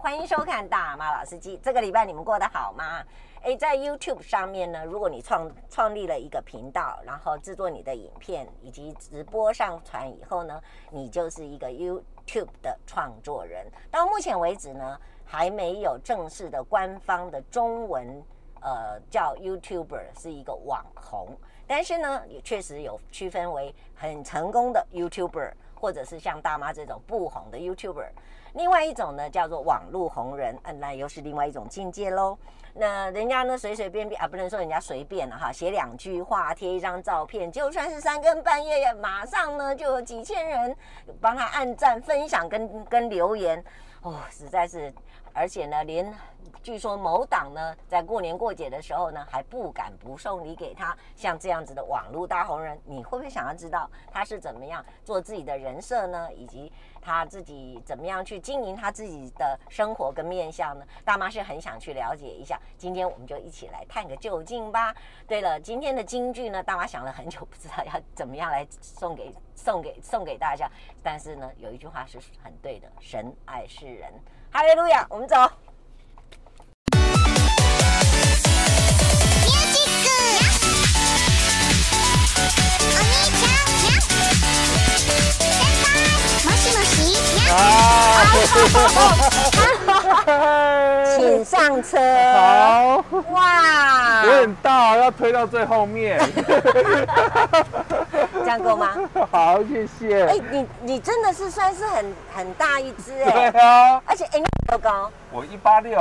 欢迎收看《大马老司机》。这个礼拜你们过得好吗？诶，在 YouTube 上面呢，如果你创创立了一个频道，然后制作你的影片以及直播上传以后呢，你就是一个 YouTube 的创作人。到目前为止呢，还没有正式的官方的中文呃叫 YouTuber 是一个网红，但是呢，也确实有区分为很成功的 YouTuber，或者是像大妈这种不红的 YouTuber。另外一种呢叫做网络红人，嗯、那又是另外一种境界喽。那人家呢随随便便啊，不能说人家随便了、哈，写两句话，贴一张照片，就算是三更半夜，马上呢就有几千人帮他按赞、分享跟跟留言，哦，实在是，而且呢，连据说某党呢在过年过节的时候呢还不敢不送礼给他，像这样子的网络大红人，你会不会想要知道他是怎么样做自己的人设呢，以及？他自己怎么样去经营他自己的生活跟面向呢？大妈是很想去了解一下。今天我们就一起来探个究竟吧。对了，今天的京剧呢，大妈想了很久，不知道要怎么样来送给送给送给大家。但是呢，有一句话是很对的：神爱世人。哈利路亚，我们走。请上车。 好，哇，有点大，要推到最后面。 这样够吗？好，谢谢。哎、你你真的是算是很很大一只哎、对啊，而且哎、你多高？我一八六，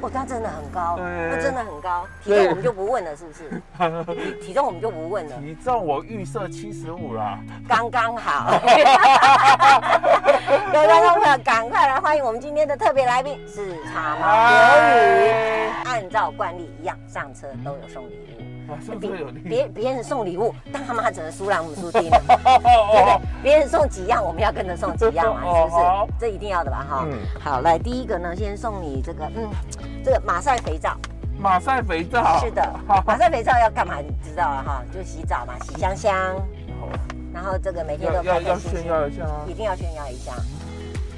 我、哦、他真的很高，对那真的很高。体对重我们就不问了，是不是？体体重我们就不问了，体重我预设七十五啦。刚刚好。 各位观众朋友，赶快来欢迎我们今天的特别来宾是茶毛刘宇。哎，按照惯例一样，上车都有送礼物。我是不是有力？别别人送礼物，但他妈只能输让我们输定了， 哦对不对哦，？别人送几样，我们要跟着送几样嘛，是哦不好是？这一定要的吧，哈。嗯好，来第一个呢，先送你这个，嗯，这个马赛肥皂，马赛肥皂。是的，哦好马赛肥皂要干嘛？你知道了哈，就洗澡嘛，洗香香，然后这个每天哦要都要开开要心炫心，耀一下啊一！定要炫耀一下，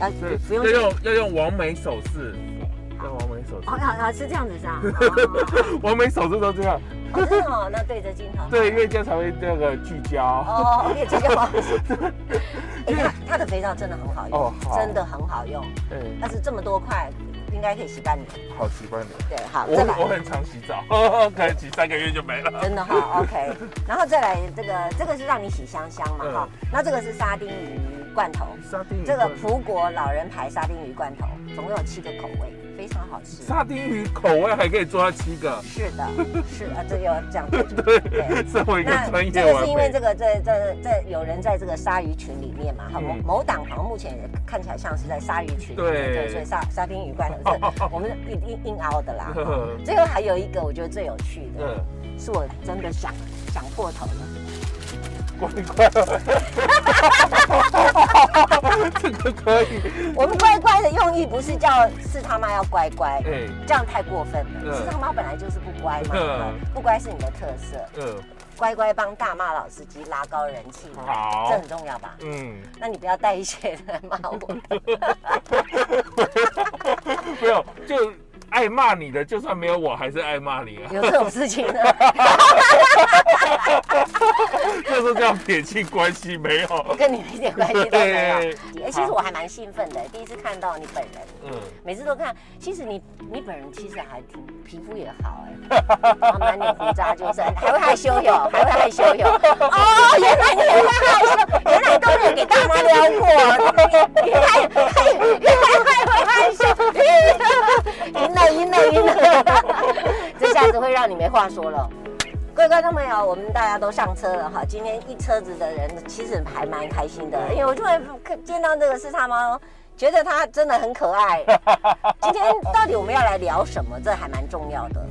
要对不，用要用要用王美首饰，要王美首哦，饰。好好是这样子是吧？王美首饰都这样，哦哦，真的哦，那对着镜头。对，因为这样才会那个聚焦。哦，而且这个好，哎，它它的肥皂真的很好用，哦好真的很好用，哎，但是这么多块，应该可以洗半年。好习惯你。对，好，我再来我，很常洗澡， 可能洗三个月就没了。真的哈、o k 然后再来这个，这个是让你洗香香嘛哈、那这个是沙丁鱼罐头，沙丁鱼这个葡国老人牌沙丁鱼罐头，总共有七个口味，非常好吃。沙丁鱼口味还可以做到七个， 是的，是啊，这又讲对，身为一个那专这业个晚是因为辈，这个这这这有人在这个鲨鱼群里面嘛，哈、某嗯某党好像目前也看起来像是在鲨鱼群里面，对所以沙沙丁鱼罐头是我们硬硬硬凹的 啦。哈嗯最后还有一个我觉得最有趣的，嗯，是我真的想想破头了，乖乖， 这个可以，我们乖乖的用意不是叫是他妈要乖乖。哎，这样太过分了，嗯是他妈本来就是不乖嘛，嗯哈不乖是你的特色，嗯，乖乖帮大骂老司机拉高人气，这好很，重要吧？嗯，那你不要带一些人来骂我。没有，就爱骂你的，就算没有我，还是爱骂你啊， 有这种事情呢？就是这样撇清关系没有，跟你们一点关系都没有。对哎、其实我还蛮兴奋的，第一次看到你本人，嗯，每次都看。其实你你本人其实还挺皮肤也好哎、然后满脸胡渣就算，还会害羞哟，还会害羞哟。哦，原来你也会害羞，原来都没有给大妈撩过，原来还 原来还会害羞， 赢了赢了赢了， 这下子会让你没话说了。各位观众朋友，我们大家都上车了哈。今天一车子的人其实还蛮开心的，因为我突然看见到这个是他猫，觉得它真的很可 爱。今天到底我们要来聊什么？这还蛮重要的。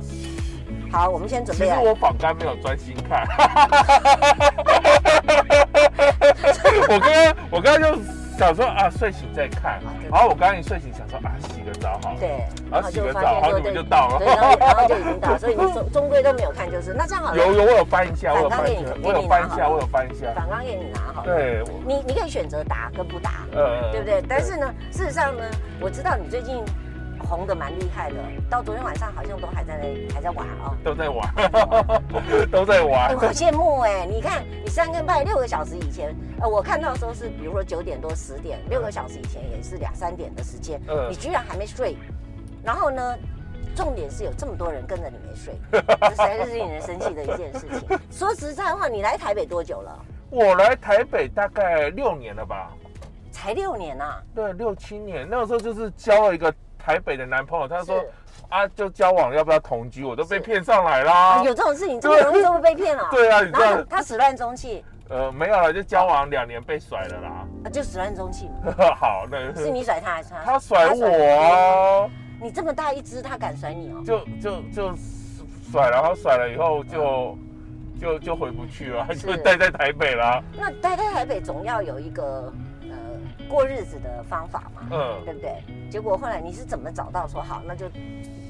好，我们先准其备实来。我仿刚没有专心看， 我刚刚我刚刚就想说啊，睡醒再看啊对，然后我刚刚一睡醒想说啊，洗个澡好了，对，然后洗个澡好你们就到了对，然后然后就已经 到了，所以你终终归都没有看，就是那这样好了，有有我有翻一下，我有反纲翻给一你下，给我有你翻拿一好下，了我有翻一下，反刚给你拿好了。对，我你你可以选择答跟不答，呃对不对？但是呢，事实上呢，我知道你最近红的蛮厉害的，到昨天晚上好像都还在那还在玩哦。都在玩， 都在哎，玩 我。好羡慕哎、你看，你三更半夜六个小时以前，呃，我看到的时候是，比如说九点多十点，六个小时以前也是两三点的时间，嗯你居然还没睡，然后呢，重点是有这么多人跟着你没 睡，这实在是令人生气的一件事情。说实在话，你来台北多久了？我来台北大概六年了吧，才六年啊！对，六七年。那个时候就是交了一个台北的男朋友，他说是啊，就交往要不要同居，我都被是骗上来啦啊，。有这种事情这么容易就会被骗了、对啊，你知然后道，他始乱终弃，呃，没有了，就交往两年被甩了啦。 啊，就始乱终弃嘛。好，那是你甩他还是他？他甩他我你啊，你这么大一只，他敢甩你哦？就就就甩了，然后甩了以后就就就回不去了，是就待在台北啦。那待在台北总要有一个呃过日子的方法嘛，嗯，对不对？结果后来你是怎么找到说好那就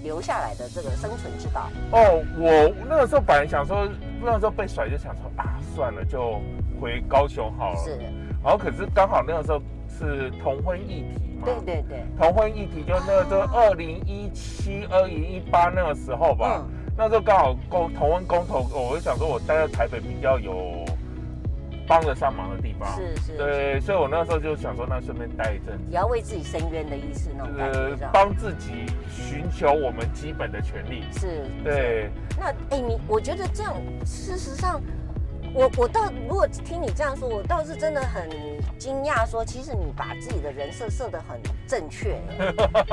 留下来的这个生存之道？哦，我那个时候本来想说，那个时候被甩就想说啊，算了，就回高雄好了。是，然后可是刚好那个时候是同婚议题嘛，对对对，同婚议题就那个时候二零一七、二零一八那个时候吧，嗯，那时候刚好公同婚公投，我就想说我待在台北比较有帮得上忙的地方。是是，对，所以我那时候就想说，那顺便待一阵子，也要为自己伸冤的意思那种感觉，呃是吧，帮自己寻求我们基本的权利。是，对，那哎、你我觉得这样，事实上，我我倒如果听你这样说，我倒是真的很惊讶，说其实你把自己的人设设得很正 确。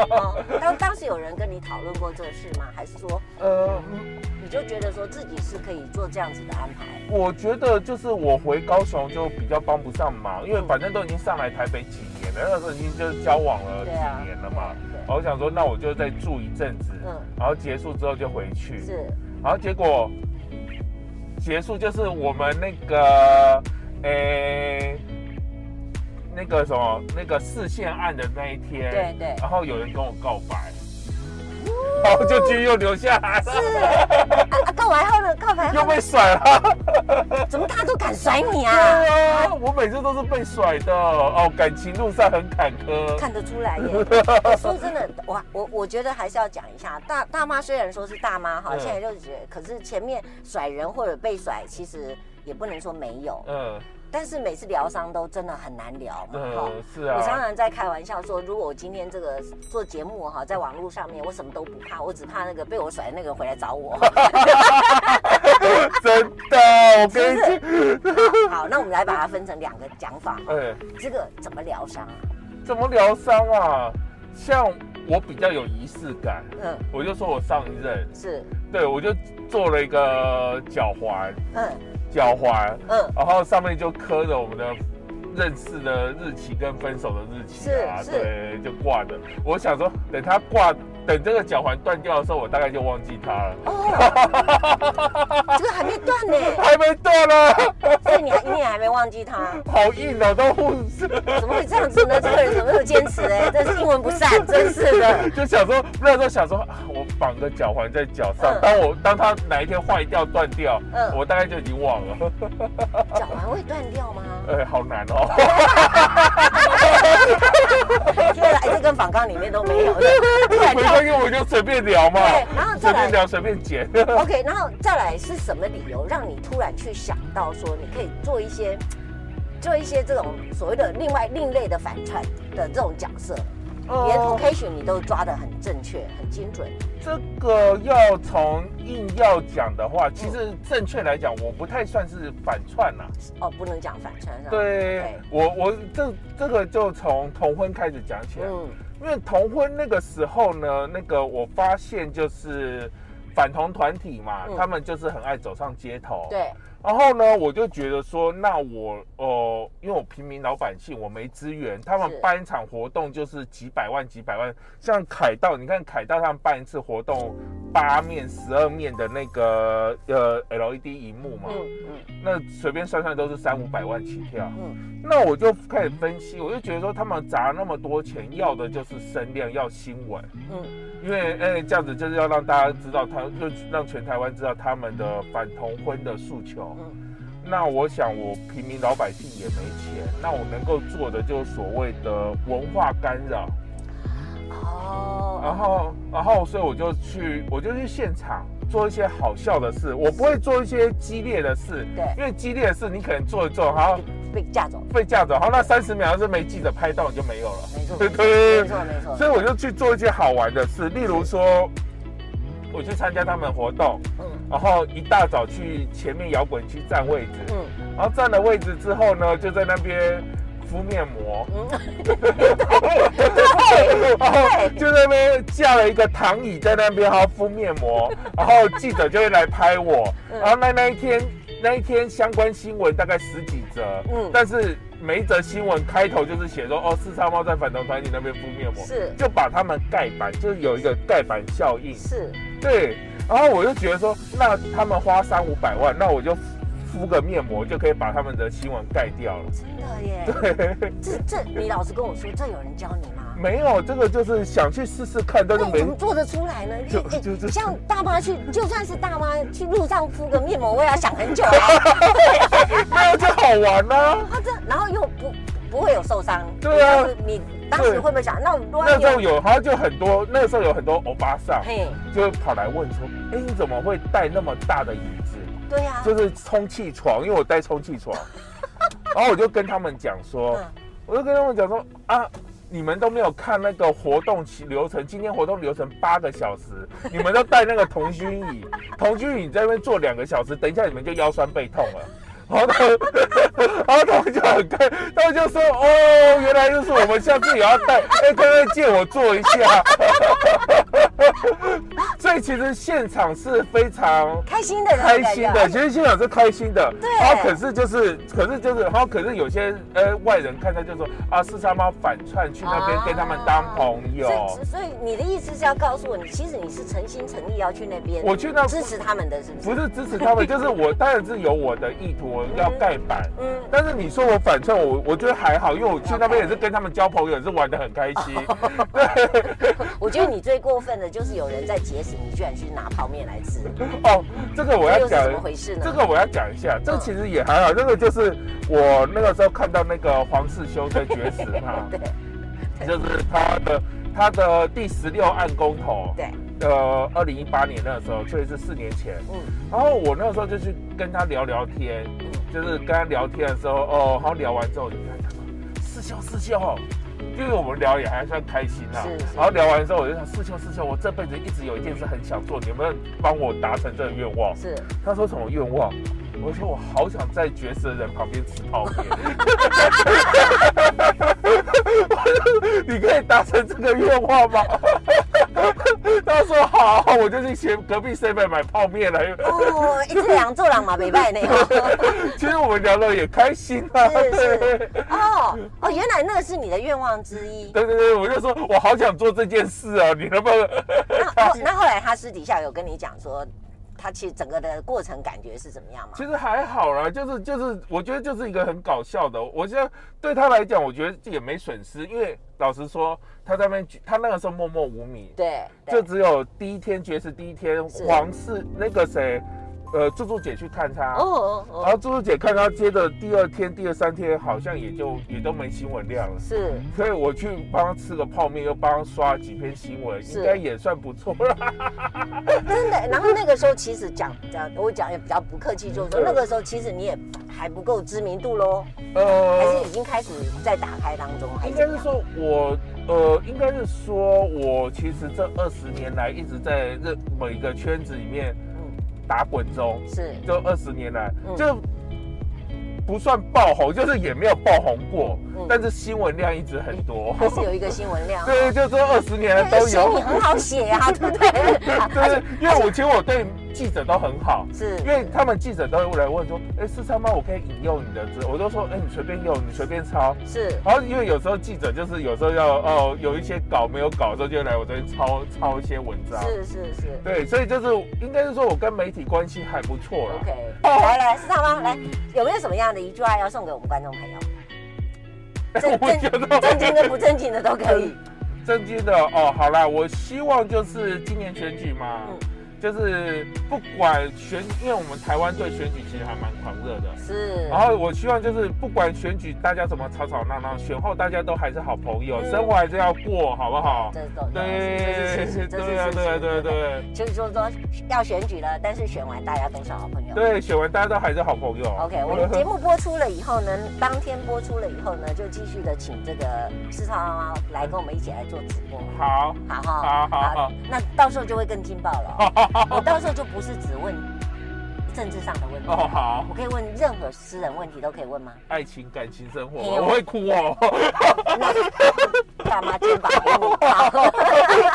哦，当当时有人跟你讨论过这事吗？还是说呃，你就觉得说自己是可以做这样子的安排？我觉得就是我回高雄就比较帮不上忙，因为反正都已经上来台北几年了，那时候已经就是交往了几对啊年了嘛。对然，后我想说，那我就再住一阵子，嗯然后结束之后就回去。是然后结果结束就是我们那个诶、那个什么那个视线案的那一天，对对然后有人跟我告白，然后就继续又留下来了，是啊啊！告白后呢？告白又后被甩了。怎么他都敢甩你对啊？啊，我每次都是被甩的哦，感情路上很坎坷。看得出来耶。 说真的，我我我觉得还是要讲一下，大大妈虽然说是大妈哈，嗯现在就觉得，可是前面甩人或者被甩，其实也不能说没有，嗯但是每次疗伤都真的很难聊嘛哈。嗯，是我常啊，常在开玩笑说，如果我今天这个做节目哈，在网络上面，我什么都不怕，我只怕那个被我甩的那个人回来找 我。 真的，我跟你是讲，好，那我们来把它分成两个讲法，哎，这个怎么疗伤啊？怎么疗伤啊？像我比较有仪式感，嗯，我就说我上一任，是，对我就做了一个脚环，嗯脚环，嗯，然后上面就刻着我们的认识的日期跟分手的日期啊，是是对，就挂着。我想说，等它挂，等这个脚环断掉的时候，我大概就忘记它了。哦， 这个还没断呢、还没断呢，所以你还你也还没忘记他，好硬啊，都护士。怎么会这样子呢？这个人怎么那么坚持、哎，真是英文不善， 真是的。 就想说那时候想说，啊我绑个脚环在脚上，嗯当我当它哪一天坏掉断掉，嗯我大概就已经忘了。 脚还会断掉吗？哎，好难哦。 天来这跟访纲里面都没有的。没关系，我就随便聊嘛，对然后再随来便聊随便 剪。 OK，然后再来是什么理由让你突然去想到说你可以做一些做一些这种所谓的另外另类的反串的这种角色？哦连 location 你都抓得很正确、很精准。呃这个要从硬要讲的话，其实正确来讲，我不太算是反串啦。哦，不能讲反串是吧？，对我，我这这个就从同婚开始讲起来，嗯，因为同婚那个时候呢，那个我发现就是反同团体嘛，嗯他们就是很爱走上街头。。对，然后呢，我就觉得说，那我呃，因为我平民老百姓，我没资源，他们是办一场活动就是几百万、几百万。像凯道，你看凯道他们办一次活动，八面、十二面的那个呃 LED 荧幕嘛，嗯嗯，那随便算算都是三五百万起跳。嗯那我就开始分析，我就觉得说，他们砸那么多钱，要的就是声量，要新闻。嗯，因为哎、这样子就是要让大家知道他，就让全台湾知道他们的反同婚的诉求。嗯那我想，我平民老百姓也没钱，那我能够做的就是所谓的文化干扰。哦，然后，然后，所以我就去，我就去现场做一些好笑的事，我不会做一些激烈的事，对因为激烈的事你可能做一做，然后被被架走，被架走，然后那三十秒要是没记者拍到，你就没有了。没错，对没错，对没错，没错所以我就去做一些好玩的事，例如说，我去参加他们活动，嗯然后一大早去前面摇滚区占位置，嗯然后占了位置之后呢，就在那边敷面膜，嗯，哦然后就在那边架了一个躺椅在那边，然后敷面 膜，然后记者就会来拍我，嗯然后那那一天那一天相关新闻大概十几则，嗯但是每一则新闻开头就是写说哦，四叉猫在反同团体那边敷面膜，是就把他们盖板，就是有一个盖板效应，是，对，然后我就觉得说，那他们花三五百万，那我就敷敷个面膜就可以把他们的新闻盖掉了。真的耶。这这，你老实跟我说，这有人教你吗？没有，这个就是想去试试看，但是那你没怎么做得出来呢？你就哎就就像大妈去，就算是大妈去路上敷个面膜，我也要想很久 啊。那就好玩啊啦、他这然后又不不会有受伤。对啊你当时你当时会不会想，那我那乱时候有，他就很多，那时候有很多欧巴桑嘿，就跑来问说：“哎、你怎么会带那么大的椅子？对呀、啊，就是充气床，因为我带充 气床。”然后我就跟他们讲说，嗯我就跟他们讲说啊。你们都没有看那个活动期流程，今天活动流程八个 小时，你们都带那个童军椅，童军椅在那边坐两个小时，等一下你们就腰酸背痛了。然后他们，然后他们就很开，他们就说哦，原来就是我们下次也要带，哎，可不可以借我坐一下？ 所以其实现场是非常开心的人开心对的，不其实现场是开心的。对然后可是就是，可是就是，然后可是有些呃外人看到就说啊，四叉猫反串去那边啊跟他们当朋对友。所以所以你的意思是要告诉我，你其实你是诚心诚意要去那边，我去那支持他们的，是不是？不是支持 他们，就是我当然是有我的意图，我要盖板。嗯但是你说我反串，我我觉得还好，因为我去那边也是跟他们交朋友，也是玩的很开 心。我觉得你最过分的就是有人在节食，你居然去拿泡面来吃，哦，这个我这要又是讲怎么回事呢？，这个我要讲一下，这个其实也还好，这个就是我那个时候看到那个黄世修在绝食嘛对就是他的他的第十六案公投，对，呃，二零一八年那个时候，所以是四年前。嗯然后我那个时候就去跟他聊聊天，就是跟他聊天的时候，哦，然后聊完之后，你看他说师兄师兄，就是我们聊也还算开心啦、是是然后聊完之后，我就想师兄师兄，我这辈子一直有一件事很想做，你有没有帮我达成这个愿望？是。他说什么愿望？我说我好想在绝食的人旁边吃泡面。 你可以达成这个愿望吗？ 他说好，我就去前隔壁 seven 买泡面来。哦，一只两做人嘛，袂歹呢。 哦其实我们聊的也开心啊，是是对哦哦，原来那个是你的愿望之一。 对对对，我就说我好想做这件事啊，你能不能？那后那后来他私底下有跟你讲说，他其实整个的过程感觉是怎么样吗？其实还好啦，就是就是，我觉得就是一个很搞笑的。我现在对他来讲，我觉得也没损失，因为老实说，他在那边举他那个时候默默无名，对，就对只有第一天爵士第一天是黄氏那个谁，呃，猪猪姐去看他。哦哦然后哦，猪猪姐看他接着第二天、第二三天好像也就也都没新闻量了，是所以我去帮他吃个泡面，又帮他刷几篇新闻，是应该也算不错啦。真的。然后那个时候其实讲讲，我讲也比较不客气，就是说对那个时候其实你也还不够知名度喽，还呃是已经开始在打开当中，还应是该怎是么样说我，呃，应该是说我其实这二十年来一直在这某一个圈子里面嗯，打滚中，是这二十年来、嗯就不算爆红，就是也没有爆红过，嗯但是新闻量一直很多。还是有一个新闻量。对，就这二十年来都写有你。很好写啊，对不对？ 对，因为我其实我对记者都很好，是因为他们记者都会来问说，哎，四三八我可以引用你的字，我都说，哎，你随便用，你随便抄。是然后因为有时候记者就是有时候要哦有一些稿没有稿的时候就会来我这边抄抄一些文章，是是是对，所以就是应该是说我跟媒体关系还不错啦。 ，OK。来哦来，是他吗？来，有没有什么样的一句话要送给我们观众朋友？正 我觉正正经得 跟不正经的都可以。正经的哦，好啦，我希望就是今年选举嘛，嗯就是不管选，因为我们台湾对选举其实还蛮狂热的。是然后我希望就是不管选举大家怎么吵吵闹闹，选后大家都还是好朋友，嗯生活还是要过，好不好？这种对这是事实这是对啊事实对啊对啊对啊就是说说要选举了，但是选完大家都是好朋友。对，选完大家都还是好朋友。 OK，我 们节目播出了以后呢，当天播出了以后呢，就继续的请这个四超妈妈来跟我们一起来做直播，好，好哈，好好好，那到时候就会更劲爆了哦、 我到时候就不是只问政治上的问题，哦好我，可以问任何私人问题都可以问吗？爱情感情生活，哎呦我会哭哦， 大妈肩膀给你 靠，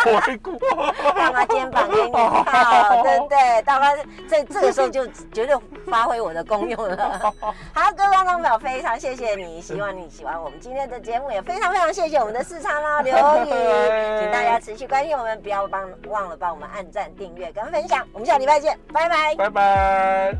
我会哭。哦大妈肩膀给你 靠，对不对？大妈这这个时候就绝对发挥我的功用 了。好，各位观众朋友，非常谢谢你，希望你喜欢我们今天的节目，也非常非常谢谢我们的四川 啦刘宇，请大家持续关心我们，不要帮忘了帮我们按赞、订阅跟分享。我们下礼拜见，拜拜。拜拜。